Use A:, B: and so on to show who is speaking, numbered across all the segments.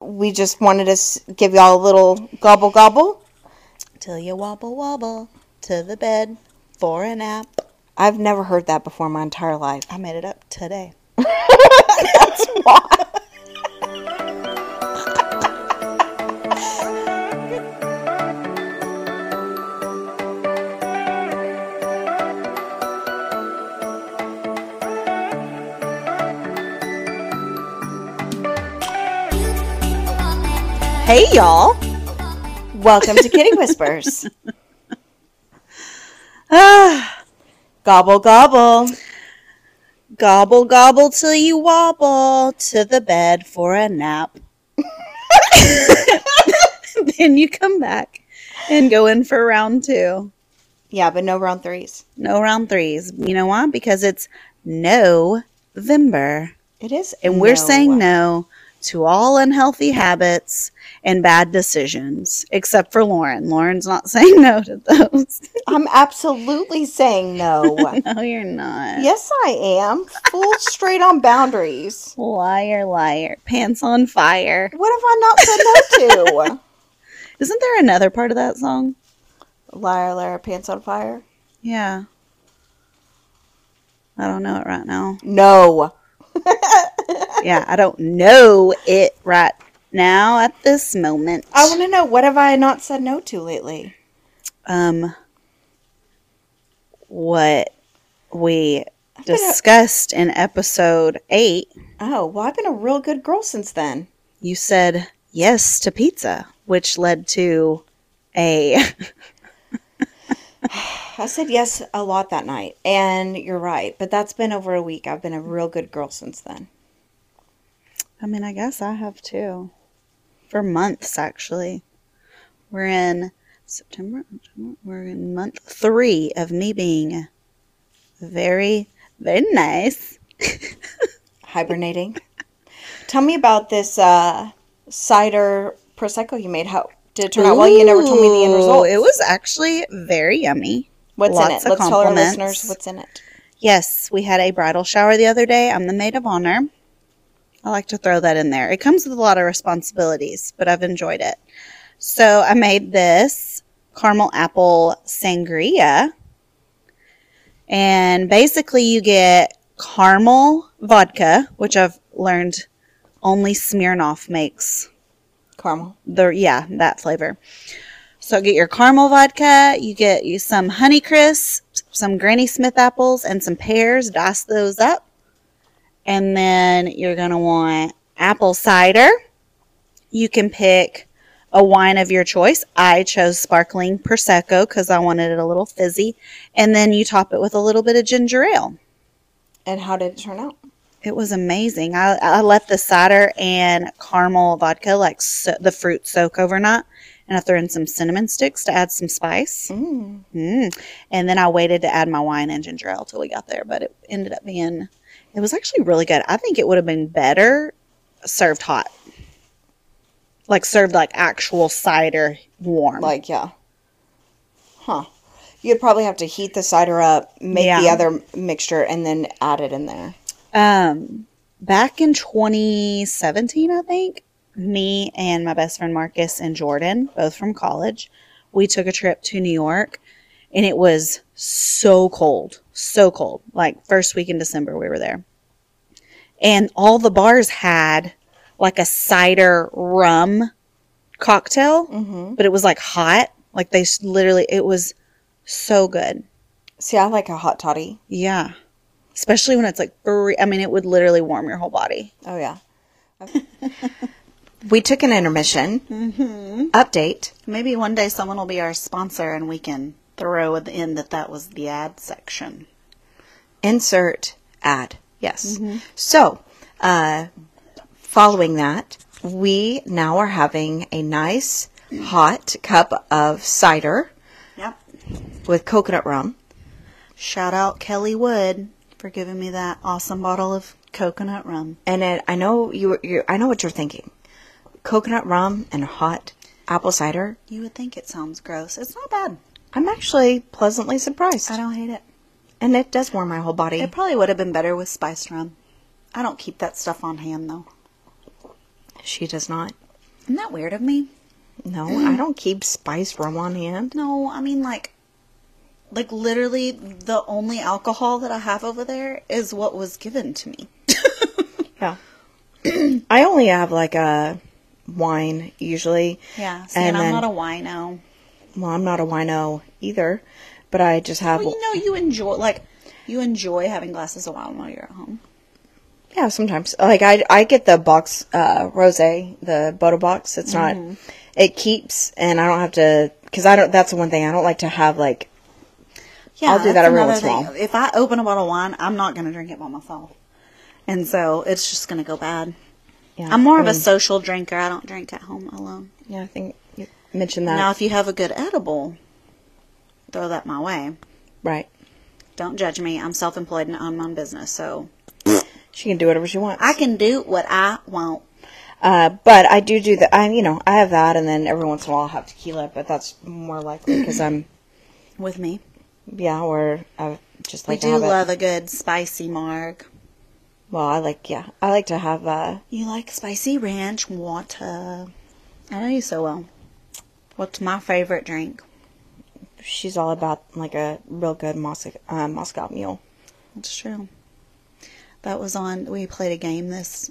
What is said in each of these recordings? A: we just wanted to s- give y'all a little gobble gobble.
B: Till you wobble wobble to the bed for a nap.
A: I've never heard that before in my entire life.
B: I made it up today.
A: Hey, y'all. Welcome to Kitty Whispers. gobble gobble.
B: Gobble gobble till you wobble to the bed for a nap. then you come back and go in for round two.
A: Yeah, but no round threes.
B: No round threes. You know why? Because it's November.
A: It is.
B: And we're saying
A: no.
B: no to all unhealthy habits and bad decisions, except for Lauren. Lauren's not saying no to those.
A: I'm absolutely saying no.
B: no, you're not.
A: yes, I am. Full straight on boundaries.
B: Liar, liar. Pants on fire.
A: What have I not said no to?
B: Isn't there another part of that song?
A: Liar, liar, pants on fire.
B: Yeah. I don't know it right now.
A: No.
B: yeah, I don't know it right now at this moment.
A: I want to know what have I not said no to lately?
B: um what we discussed in episode 8
A: Oh, well, I've been a real good girl since then.
B: you said yes to pizza which led to a
A: I said yes a lot that night, and you're right, but that's been over a week. I've been a real good girl since then.
B: i mean i guess i have too for months actually we're in september October, we're in month three of me being very very nice
A: Hibernating. Tell me about this uh, cider prosecco you made. How did it turn out? Well, you never told me the end
B: Ooh,
A: result.
B: it was actually very yummy
A: what's in it.
B: lots of
A: Let's tell our
B: compliments.
A: listeners what's in it.
B: Yes, we had a bridal shower the other day. I'm the maid of honor. I like to throw that in there. It comes with a lot of responsibilities, but I've enjoyed it. So I made this caramel apple sangria. And basically, you get caramel vodka, which I've learned only Smirnoff makes
A: Caramel.
B: the yeah that flavor so get your caramel vodka you get you some honey crisp some granny smith apples and some pears dice those up and then you're going to want apple cider you can pick a wine of your choice i chose sparkling prosecco because i wanted it a little fizzy and then you top it with a little bit of ginger ale
A: And how did it turn out?
B: it was amazing. I, I let the cider and caramel vodka, like so, the fruit, soak overnight, and I threw in some cinnamon sticks to add some spice.
A: Mm.
B: Mm. And then I waited to add my wine and ginger ale till we got there, but it ended up being, it was actually really good. I think it would have been better served hot, like served like actual cider warm.
A: Like, yeah. Huh. You'd probably have to heat the cider up, make the
B: Yeah.
A: other mixture, and then add it in there.
B: Um, back in 2017, I think, me and my best friend Marcus and Jordan, both from college, we took a trip to New York and it was so cold, so cold. Like first week in December we were there. And all the bars had like a cider rum cocktail,
A: Mm-hmm.
B: but it was like hot. Like they s- literally it was so good.
A: See, I like a hot toddy.
B: Yeah. Especially when it's like, free- I mean, it would literally warm your whole body.
A: Oh yeah. we took an intermission.
B: Mm-hmm.
A: Update.
B: Maybe one day someone will be our sponsor and we can throw at the end that that was the ad section.
A: Insert ad. Yes.
B: Mm-hmm.
A: So, uh, following that, we now are having a nice hot cup of cider
B: Yep.
A: with coconut rum.
B: Shout out Kelly Wood for giving me that awesome bottle of coconut rum.
A: And it, I know you. you I know what you're thinking. Coconut rum and hot apple cider.
B: You would think it sounds gross. It's not bad.
A: I'm actually pleasantly surprised,
B: I don't hate it.
A: and it does warm my whole body.
B: It probably would have been better with spiced rum. I don't keep that stuff on hand though.
A: She does not.
B: Isn't that weird of me?
A: No, I don't keep spice rum on hand.
B: No, I mean like like literally the only alcohol that I have over there is what was given to me.
A: Yeah. I only have like a wine usually.
B: Yeah. See, and,
A: And
B: I'm
A: then-
B: not a wino.
A: Well, I'm not a wino either, but I just have.
B: Well, you know you enjoy like you enjoy having glasses of wine while you're at home.
A: Yeah, sometimes. Like I, I get the box uh, rosé, the Boda box. It's
B: Mm-hmm.
A: not. It keeps, and I don't have to because I don't. That's the one thing I don't like to have. Like
B: Yeah,
A: I'll do that
B: that's
A: every
B: another
A: once in a
B: thing.
A: while.
B: If I open a bottle of wine, I'm not going to drink it by myself, and so it's just going to go bad.
A: yeah,
B: I'm more
A: I
B: of a
A: mean,
B: social drinker. I don't drink at home alone.
A: Yeah, I think you mentioned that.
B: Now, if you have a good edible, throw that my way.
A: Right.
B: Don't judge me. I'm self-employed and own my own business, so
A: She can do whatever she wants.
B: I can do what I want.
A: Uh, but I do do that. I, you know, I have that, and then every once in a while I'll have tequila, but that's more likely because I'm,
B: With me,
A: yeah, or I just
B: we
A: like to
B: do
A: have it.
B: love a good spicy marg.
A: Well, I like, yeah, I like to have. Uh,
B: You like spicy ranch water. I know you so well. What's my favorite drink?
A: she's all about like a real good Moscow, uh, Moscow Mule.
B: It's true. That was on. We played a game this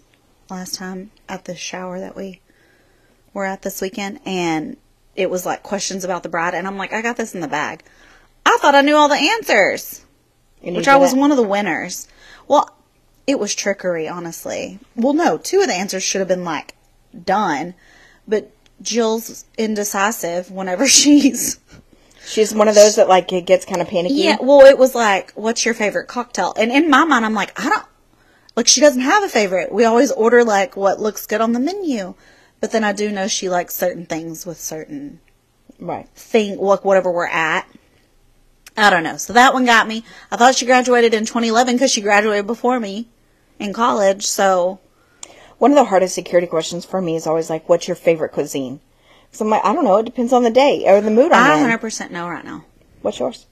B: last time at the shower that we were at this weekend, and it was like questions about the bride, and I'm like, I got this in the bag. I thought I knew all the answers,
A: And you
B: which
A: did
B: I was
A: it.
B: one of the winners. Well, it was trickery, honestly. Well, no, two of the answers should have been like done, but Jill's indecisive whenever she's.
A: She's one of those that like it gets kind of panicky.
B: Yeah, well, it was like, what's your favorite cocktail? And in my mind, I'm like, I don't, like, she doesn't have a favorite. We always order, like, what looks good on the menu. But then I do know she likes certain things with certain
A: Right.
B: thing, like, whatever we're at. I don't know. So that one got me. I thought she graduated in 2011 because she graduated before me in college. So,
A: One of the hardest security questions for me is always like, "What's your favorite cuisine?" So I'm like, I don't know. It depends on the day or the mood
B: I
A: I'm in.
B: 100% know right now.
A: What's yours?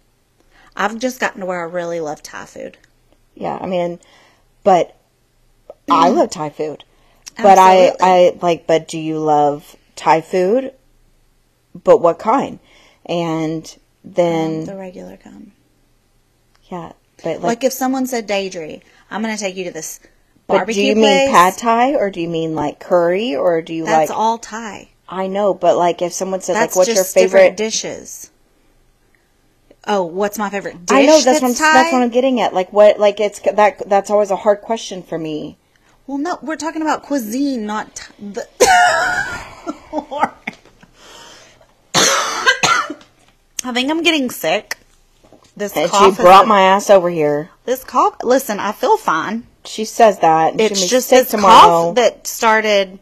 B: I've just gotten to where I really love Thai food.
A: Yeah, I mean, but I
B: Mm-hmm.
A: love Thai food. But I, I like, but do you love Thai food? But what kind? And then,
B: Mm, The regular kind.
A: yeah, but Mm. like,
B: Like, if someone said Daydream, I'm going to take you to this
A: but do
B: barbecue
A: you mean
B: place.
A: pad Thai or do you mean like curry or do you
B: That's
A: like?
B: all Thai.
A: I know, but like, if someone says
B: That's
A: like, "What's your
B: just
A: favorite?"
B: different dishes. Oh, what's my favorite dish?
A: I know that's what I'm,
B: Thai?
A: that's what I'm getting at. Like, what? Like, it's that that's always a hard question for me.
B: Well, no, we're talking about cuisine, not t- the. I think I'm getting sick. This
A: And
B: cough.
A: she
B: is-
A: brought my ass over here.
B: this cough. Listen, I feel fine.
A: She says that. And she
B: It's
A: makes
B: just
A: steak
B: this cough that started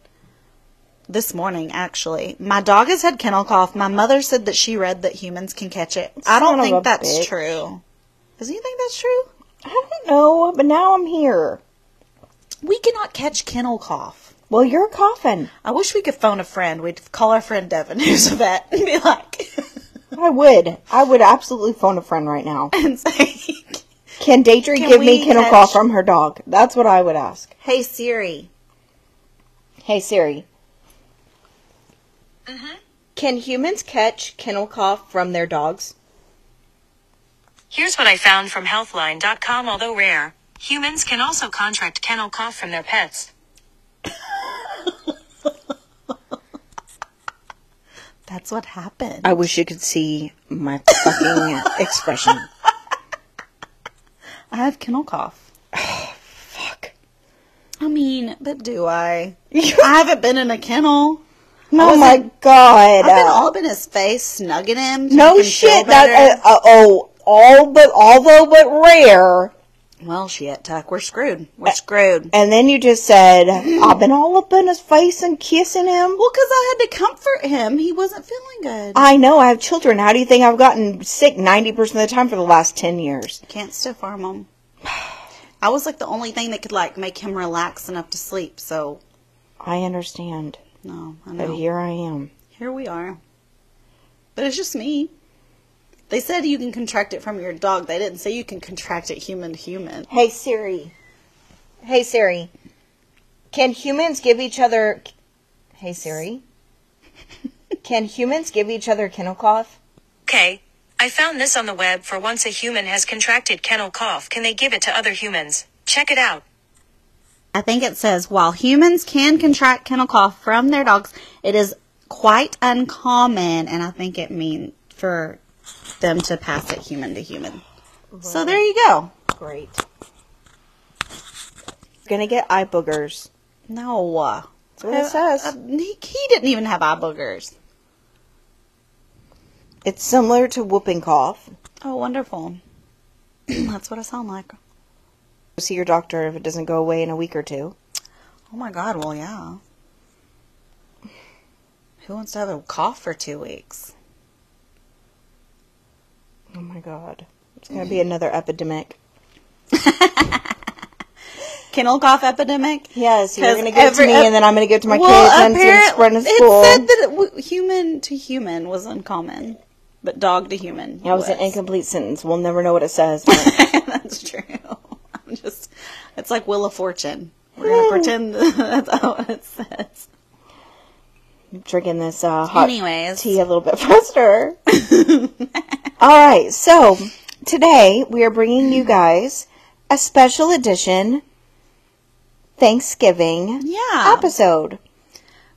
B: this morning. Actually, my dog has had kennel cough. My mother said that she read that humans can catch it. I
A: Son
B: don't
A: of
B: think
A: a
B: that's
A: bitch.
B: true. Does you think that's true?
A: I don't know, but now I'm here.
B: We cannot catch kennel cough.
A: Well, you're coughing.
B: I wish we could phone a friend. We'd call our friend Devin, who's a vet, and be like,
A: I would. I would absolutely phone a friend right now.
B: and say,
A: Can Daedra
B: Can
A: give
B: we
A: me kennel
B: catch-
A: call from her dog? That's what I would ask.
B: "Hey Siri,
A: Hey Siri.
B: Uh-huh.
A: Can humans catch kennel cough from their dogs?
C: Here's what I found from healthline.com although rare. Humans can also contract kennel cough from their pets.
B: that's what happened."
A: I wish you could see my fucking expression.
B: I have kennel cough.
A: Fuck.
B: I mean, but do I? I haven't been in a kennel.
A: Oh
B: wasn't-
A: my god.
B: I've been
A: Uh,
B: all up in his face, snugging him. to make
A: no
B: him feel
A: shit. That
B: better.
A: uh, uh, oh, all but although but rare.
B: well, shit, Tuck, we're screwed. We're screwed.
A: And then you just said, "I've been all up in his face and kissing him."
B: Well, because I had to comfort him. He wasn't feeling good.
A: I know I have children. How do you think I've gotten sick 90% of the time for the last 10 years?
B: Can't stiff arm him. I was like the only thing that could like make him relax enough to sleep. So
A: I understand.
B: no, I
A: But
B: know.
A: here I am.
B: Here we are. But it's just me. They said you can contract it from your dog. They didn't say you can contract it human to human.
A: Hey Siri. Hey Siri. Can humans give each other Hey Siri. Can humans give each other kennel cough?
C: Okay. I found this on the web for once a human has contracted kennel cough, can they give it to other humans? Check it out.
D: I think it says while humans can contract kennel cough from their dogs, it is quite uncommon, and I think it means for them to pass it human to human. So there you go.
A: Great. Gonna get eye boogers.
D: No, uh,
A: That's what it says.
D: uh, he, he didn't even have eye boogers.
A: It's similar to whooping cough.
D: Oh, wonderful. That's what I sound like.
A: See your doctor if it doesn't go away in a week or two.
D: Oh my God. Well, yeah. Who wants to have a cough for two weeks?
A: Oh my god. It's gonna be another epidemic.
D: Kennel cough epidemic.
A: Yes, you're
D: 'Cause
A: gonna give it to
D: every
A: me,
D: ep-
A: and then I'm gonna give it to my kids, and it's gonna
D: apparent-
A: spread in school.
D: it said that it w- human to human was uncommon, but dog to human.
A: that was an incomplete sentence. We'll never know what it says. but-
D: That's true. I'm just. It's like Wheel of Fortune. We're gonna pretend that's how it says.
A: I'm drinking this uh, hot
D: Anyways.
A: tea a little bit faster. All right, so today we are bringing you guys a special edition Thanksgiving
D: Yeah.
A: episode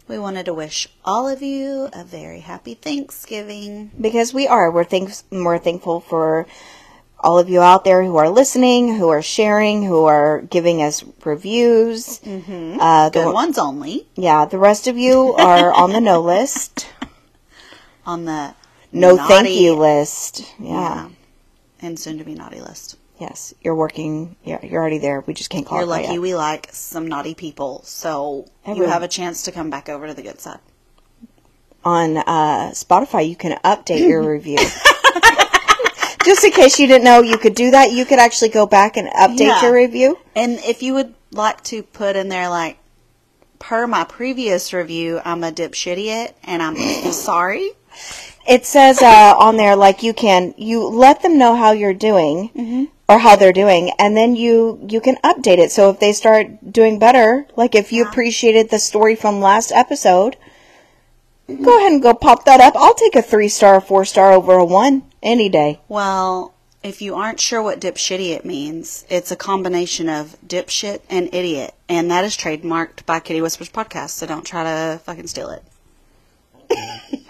D: We wanted to wish all of you a very happy Thanksgiving.
A: because we are we're thanks we're thankful for all of you out there who are listening, who are sharing, who are giving us reviews. Mm-hmm. Uh, the,
D: Good ones only
A: Yeah, the rest of you are on the no list.
D: on the
A: No
D: naughty
A: thank you list. yeah.
D: and soon to be naughty list.
A: Yes, you're working. Yeah, you're already there. We just can't call
D: You're
A: it. quite
D: lucky
A: yet.
D: we like some naughty people, so
A: Everyone.
D: you have a chance to come back over to the good side.
A: On uh, Spotify, you can update your review. just in case you didn't know, you could do that. You could actually go back and update
D: Yeah.
A: your review.
D: And if you would like to put in there, like, per my previous review, I'm a dipshitiot and I'm sorry.
A: It says uh, on there like you can you let them know how you're doing or how they're doing, and then you you can update it. So if they start doing better, like if you appreciated the story from last episode. Go ahead and go pop that up. I'll take a three star, four star over a one any day.
D: Well, if you aren't sure what dipshitiot means, it's a combination of dipshit and idiot, and that is trademarked by Kitty Whispers Podcast, so don't try to fucking steal it.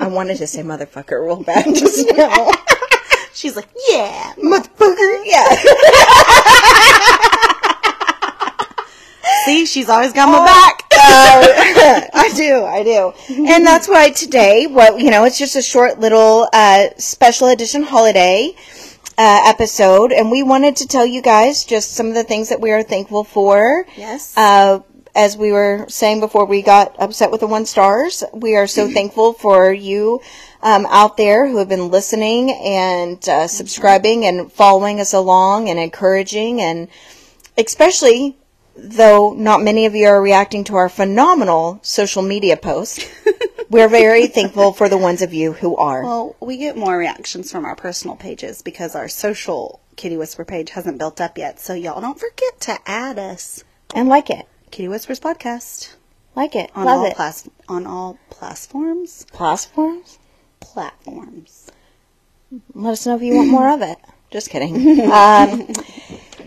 A: I wanted to say motherfucker real bad just now.
D: She's like, yeah.
A: motherfucker, yeah.
D: See, she's always got my back.
A: I do, I do. And that's why today, what, you know, it's just a short little uh, special edition holiday uh, episode. And we wanted to tell you guys just some of the things that we are thankful for.
D: Yes.
A: Uh, as we were saying before we got upset with the one stars, we are so thankful for you um, out there who have been listening and uh, subscribing and following us along and encouraging and especially though not many of you are reacting to our phenomenal social media posts. we're very thankful for the ones of you who are.
D: Well, we get more reactions from our personal pages because our social Kitty Whisper page hasn't built up yet. So y'all don't forget to add us,
A: and like it.
D: Kitty Whispers Podcast,
A: Like it.
D: on
A: Love
D: all
A: it.
D: plas- on all platforms,
A: Platforms?
D: platforms.
A: let us know if you want more of it. Just kidding. Um,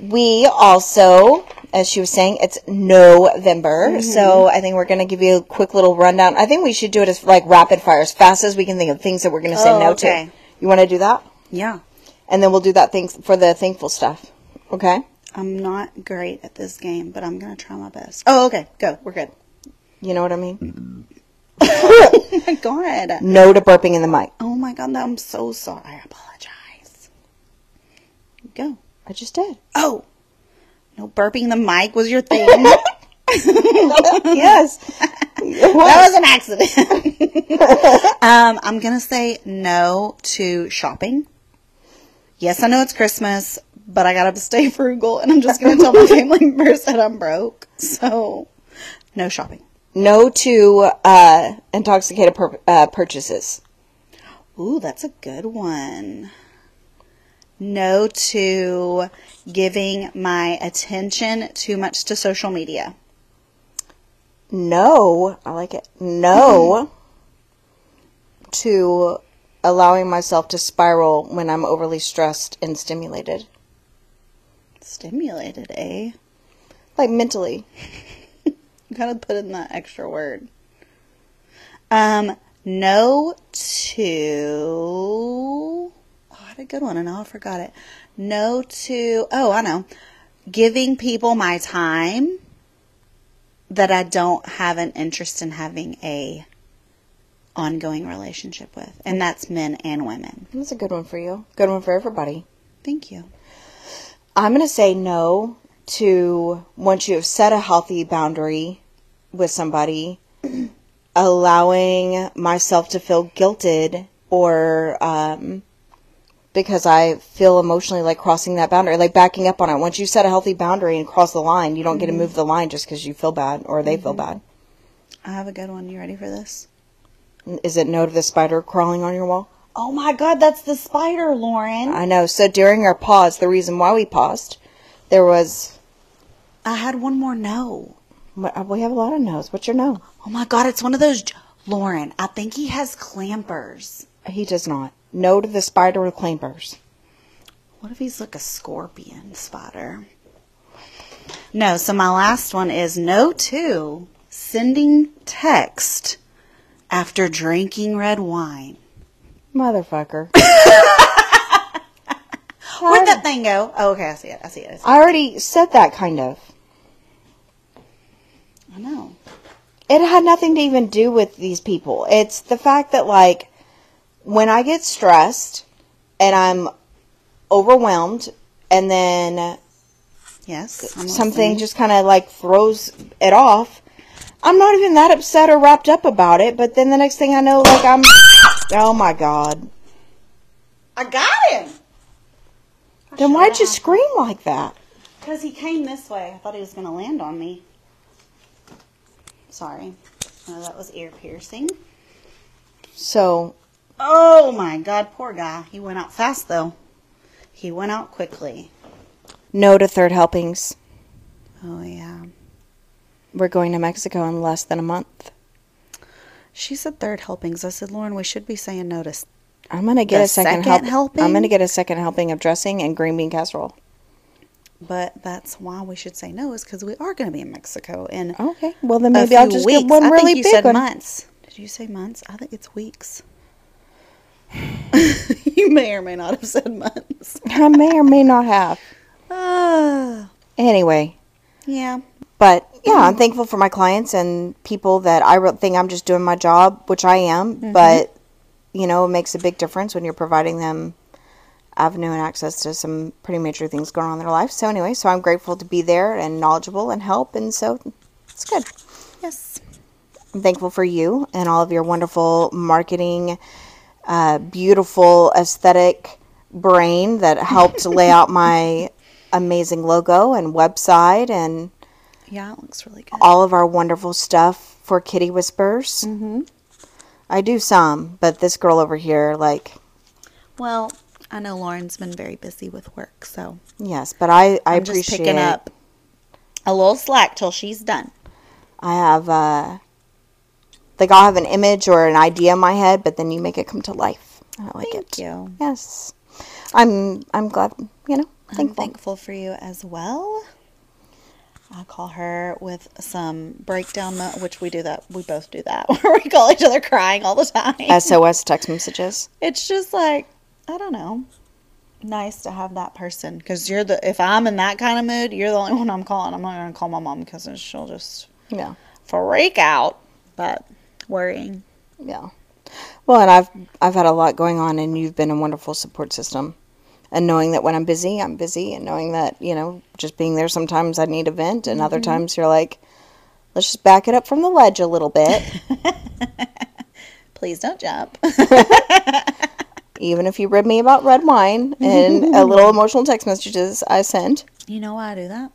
A: we also, as she was saying, it's November,
D: Mm-hmm.
A: so I think we're going to give you a quick little rundown. I think we should do it as like rapid fire, as fast as we can think of things that we're going to say
D: Oh,
A: no
D: okay.
A: to. You want to do that,
D: Yeah,
A: and then we'll do that things for the thankful stuff. Okay.
D: I'm not great at this game, but I'm gonna try my best. Oh, okay, go. We're good.
A: You know what I mean?
D: Oh my god.
A: No to burping in the mic.
D: Oh my god. I'm so sorry. I apologize. Go.
A: I just did.
D: Oh, no burping. The mic was your thing. that
A: yes. It was.
D: was an accident. Um, I'm gonna say no to shopping. Yes, I know it's Christmas, but I gotta stay frugal, and I'm just gonna tell my family members that I'm broke. So, no shopping.
A: No to uh, intoxicated pur- uh, purchases.
D: Ooh, that's a good one. No to giving my attention too much to social media.
A: No. I like it. No. to allowing myself to spiral when I'm overly stressed and stimulated,
B: Stimulated, eh?
A: like mentally.
B: You gotta put in that extra word. Um, no to. Oh, I had a good one and I forgot it. No to. Oh, I know. Giving people my time that I don't have an interest in having a ongoing relationship with, and that's men and women.
A: That's a good one for you. Good one for everybody.
B: Thank you.
A: I'm going to say no to once you have set a healthy boundary with somebody, allowing myself to feel guilted or um, because I feel emotionally like crossing that boundary, like backing up on it. Once you set a healthy boundary and cross the line, you don't get to move the line just because you feel bad or they feel bad.
B: I have a good one. You ready for this?
A: Is it no to the spider crawling on your wall?
B: Oh my God, that's the spider, Lauren.
A: I know. So during our pause, the reason why we paused, there was
B: I had one more no.
A: we have a lot of no's. What's your no?
B: Oh my god, it's one of those. Lauren, I think he has clampers.
A: He does not. No to the spider with clampers.
B: What if he's like a scorpion spotter? No, so my last one is no to sending text after drinking red wine.
A: Motherfucker.
B: Where'd that thing go? Oh, okay, I see it. I see it. I, see it.
A: I already said that kind of.
B: I know.
A: It had nothing to even do with these people. It's the fact that like when I get stressed and I'm overwhelmed and then
B: Yes. I'm
A: something
B: listening.
A: just kind of like throws it off. I'm not even that upset or wrapped up about it, but then the next thing I know, like I'm, oh my god,
B: I got him!
A: then why'd you scream like that?
B: Because he came this way. I thought he was going to land on me. Sorry. Oh, that was ear piercing.
A: So
B: Oh my god, poor guy. He went out fast though. He went out quickly.
A: no to third helpings.
B: Oh yeah.
A: We're going to Mexico in less than a month.
B: She said third helpings. I said, Lauren, we should be saying notice.
A: I'm gonna get
B: The
A: a second,
B: second
A: help-
B: helping?
A: I'm gonna get a second helping of dressing and green bean casserole.
B: But that's why we should say no, is because we are going to be in Mexico in
A: Okay. Well, then
B: a
A: maybe I'll
B: few
A: just
B: weeks.
A: get one
B: I
A: really
B: think you
A: big
B: said
A: one.
B: months. Did you say months? I think it's weeks. you may or may not have said months.
A: I may or may not have.
B: Uh,
A: Anyway,
B: yeah.
A: but yeah, I'm thankful for my clients and people that I re- think I'm just doing my job, which I am. But you know, it makes a big difference when you're providing them avenue and access to some pretty major things going on in their life. So anyway, so I'm grateful to be there and knowledgeable and help, and so it's good.
B: Yes.
A: I'm thankful for you and all of your wonderful marketing, uh, beautiful aesthetic brain that helped lay out my amazing logo and website and
B: Yeah, it looks really good.
A: all of our wonderful stuff for Kitty Whispers. Mm-hmm. I do some, but this girl over here, like,
B: Well, I know Lauren's been very busy with work, so
A: yes, but I, I
B: I'm
A: appreciate
B: just picking up a little slack till she's done.
A: I have, uh, like, I'll have an image or an idea in my head, but then you make it come to life. And I like it.
B: Thank you.
A: Yes. I'm I'm glad, you know,
B: I'm
A: thankful.
B: thankful for you as well. I'll call her with some breakdown, mo- which we do that. We both do that. where we call each other crying all the time.
A: SOS text messages.
B: it's just like I don't know. Nice to have that person because you're the. If I'm in that kind of mood, you're the only one I'm calling. I'm not gonna call my mom because then she'll just
A: Yeah.
B: freak out. But worrying.
A: Yeah. Well, and I've I've had a lot going on and you've been a wonderful support system. And knowing that when I'm busy, I'm busy and knowing that, you know, just being there sometimes I need a vent and other times you're like let's just back it up from the ledge a little bit
B: Please don't jump.
A: even if you rib me about red wine and a little emotional text messages I send.
B: you know why I do that?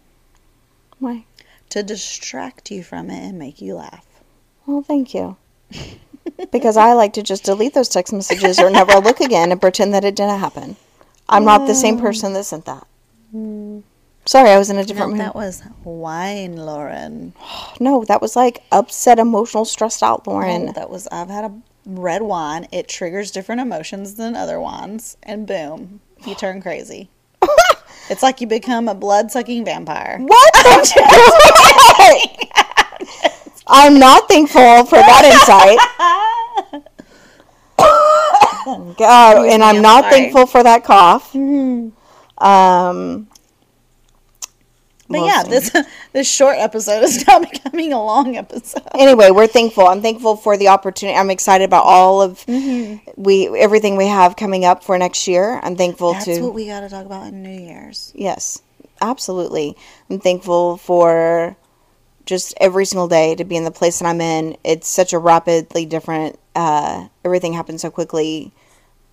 A: Why?
B: To distract you from it and make you laugh.
A: Well, thank you. because I like to just delete those text messages or never look again and pretend that it didn't happen. I'm not the same person that sent that. Sorry, I was in a different mood.
B: That was wine, Lauren.
A: no, that was like upset, emotional, stressed out, Lauren.
B: That was I've had a red wine. It triggers different emotions than other wines, and boom, you turn crazy. it's like you become a blood sucking vampire.
A: What the? I'm not thankful for that insight. God, and I'm not
B: sorry. Mm-hmm.
A: thankful for that cough. Um,
B: But yeah, this this short episode is now becoming a long episode.
A: anyway, we're thankful. I'm thankful for the opportunity. I'm excited about all of
B: Mm-hmm.
A: we everything we have coming up for next year. I'm thankful
B: That's
A: to
B: what we got to talk about in New Year's.
A: yes, absolutely. I'm thankful for just every single day to be in the place that I'm in. It's such a rapidly different. Uh, everything happens so quickly,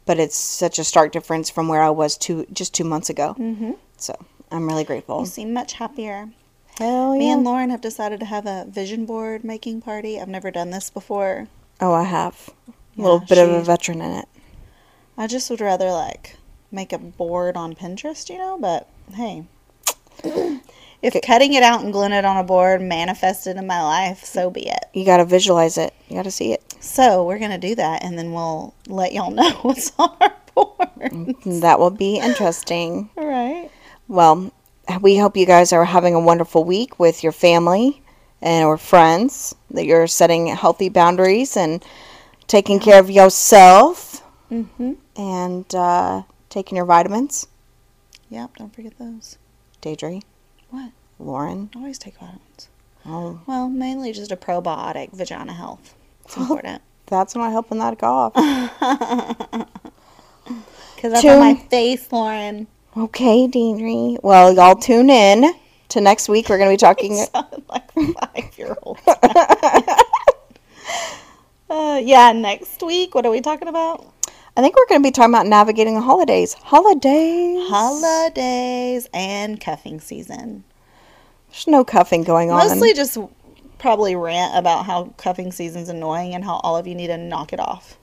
A: but it's such a stark difference from where I was two just two months ago. Mm-hmm. So I'm really grateful.
B: You seem much happier.
A: Hell
B: Me
A: yeah!
B: and Lauren have decided to have a vision board making party. I've never done this before.
A: oh, I have a little
B: Yeah,
A: bit of a
B: she-
A: veteran in it.
B: I just would rather like make a board on Pinterest, you know, but hey. if cutting it out and gluing it on a board manifested in my life, so be it.
A: You got to visualize it. You got to see it.
B: So we're gonna do that and then we'll let y'all know what's on our board.
A: That will be interesting.
B: All right.
A: Well, we hope you guys are having a wonderful week with your family and or friends. That you're setting healthy boundaries and taking care of yourself
B: Mm-hmm.
A: and uh, taking your vitamins.
B: Yep, don't forget those.
A: Deidre,
B: What?
A: Lauren,
B: I always take vitamins.
A: oh,
B: Well, mainly just a probiotic vagina health. It's important.
A: that's not helping that cough.
B: Because that's on my
A: Tune-
B: face, Lauren.
A: okay, Deidre. Well, y'all tune in to next week. We're going to be talking.
B: sounded like five year old. uh, yeah, next week. What are we talking about?
A: I think we're going to be talking about navigating the holidays. Holidays.
B: Holidays and cuffing season.
A: There's no cuffing going on.
B: Mostly just probably rant about how cuffing season's annoying and how all of you need to knock it off.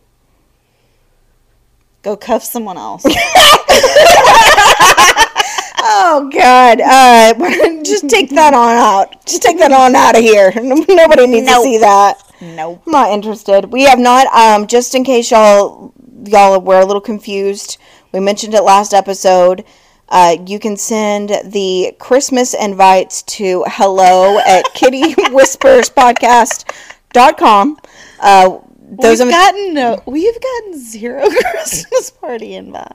B: Go cuff someone else.
A: Oh God! Uh, just take that on out. Just take that on out of here. Nobody needs to
B: Nope.
A: see that.
B: nope.
A: I'm not interested. We have not. Um, just in case y'all y'all were a little confused, we mentioned it last episode. Uh, you can send the Christmas invites to hello at kittywhisperspodcast.com. Uh, those
B: we've
A: of
B: gotten no. We've gotten zero Christmas party invites.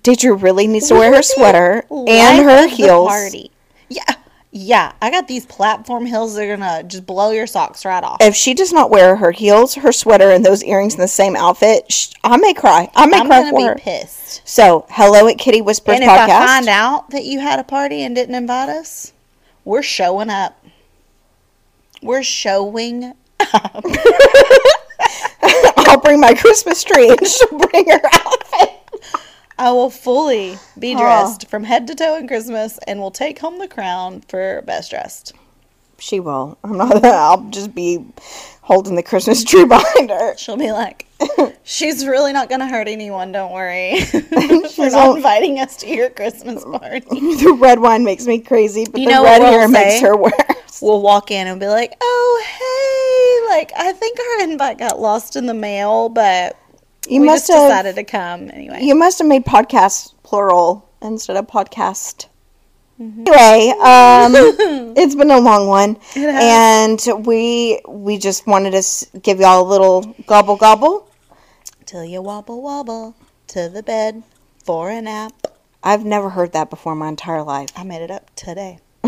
A: Deidre really needs to wear her sweater and
B: Life
A: her
B: of the
A: heels.
B: party. Yeah, yeah. I got these platform heels. They're gonna just blow your socks right off.
A: if she does not wear her heels, her sweater, and those earrings in the same outfit, sh- I may cry. I may
B: I'm
A: cry
B: gonna
A: for her.
B: be pissed.
A: So, hello at Kitty Whispers
B: And if
A: podcast.
B: I find out that you had a party and didn't invite us, we're showing up. We're showing.
A: I'll bring my Christmas tree, and she'll bring her outfit.
B: I will fully be dressed from head to toe in Christmas, and will take home the crown for best dressed.
A: She will. I'm not. I'll just be holding the Christmas tree behind her.
B: She'll be like, "She's really not gonna hurt anyone. Don't worry. She's
A: all-
B: not inviting us to your Christmas party."
A: The red wine makes me crazy, but
B: You
A: the
B: know
A: red
B: what we'll
A: hair makes
B: say?
A: her worse.
B: we'll walk in and be like, "Oh, hey, like I think our invite got lost in the mail, but
A: You
B: we
A: must
B: just
A: have.
B: decided to come anyway."
A: You must have made podcast plural instead of podcast. Anyway, um, it's been a long one, and we we just wanted to s- give y'all a little gobble gobble.
B: Till you wobble wobble to the bed for a nap.
A: I've never heard that before in my entire life.
B: I made it up today.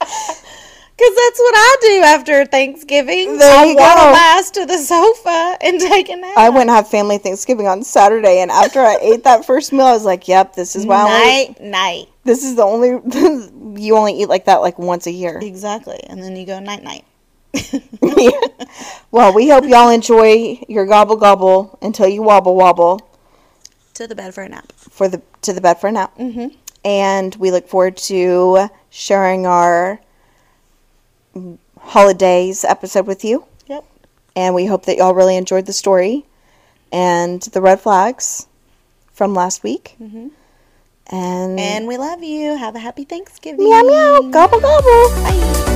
B: Because that's what I do after Thanksgiving.
A: There
B: I
A: you go.
B: waddle my ass to the sofa and take a nap.
A: I went and have family Thanksgiving on Saturday, and after I ate that first meal, I was like, "Yep, this is why. I only,
B: night, night.
A: this is the only you only eat like that like once a year."
B: Exactly. And then you go night, night.
A: well, we hope y'all enjoy your gobble gobble until you wobble wobble.
B: To the bed for a nap.
A: for the to the bed for now. Mm-hmm. And we look forward to sharing our holidays episode with you.
B: Yep.
A: And we hope that y'all really enjoyed the story. and the red flags from last week.
D: Mhm.
A: And,
D: And we love you. Have a happy Thanksgiving.
A: meow meow, gobble gobble.
D: Bye.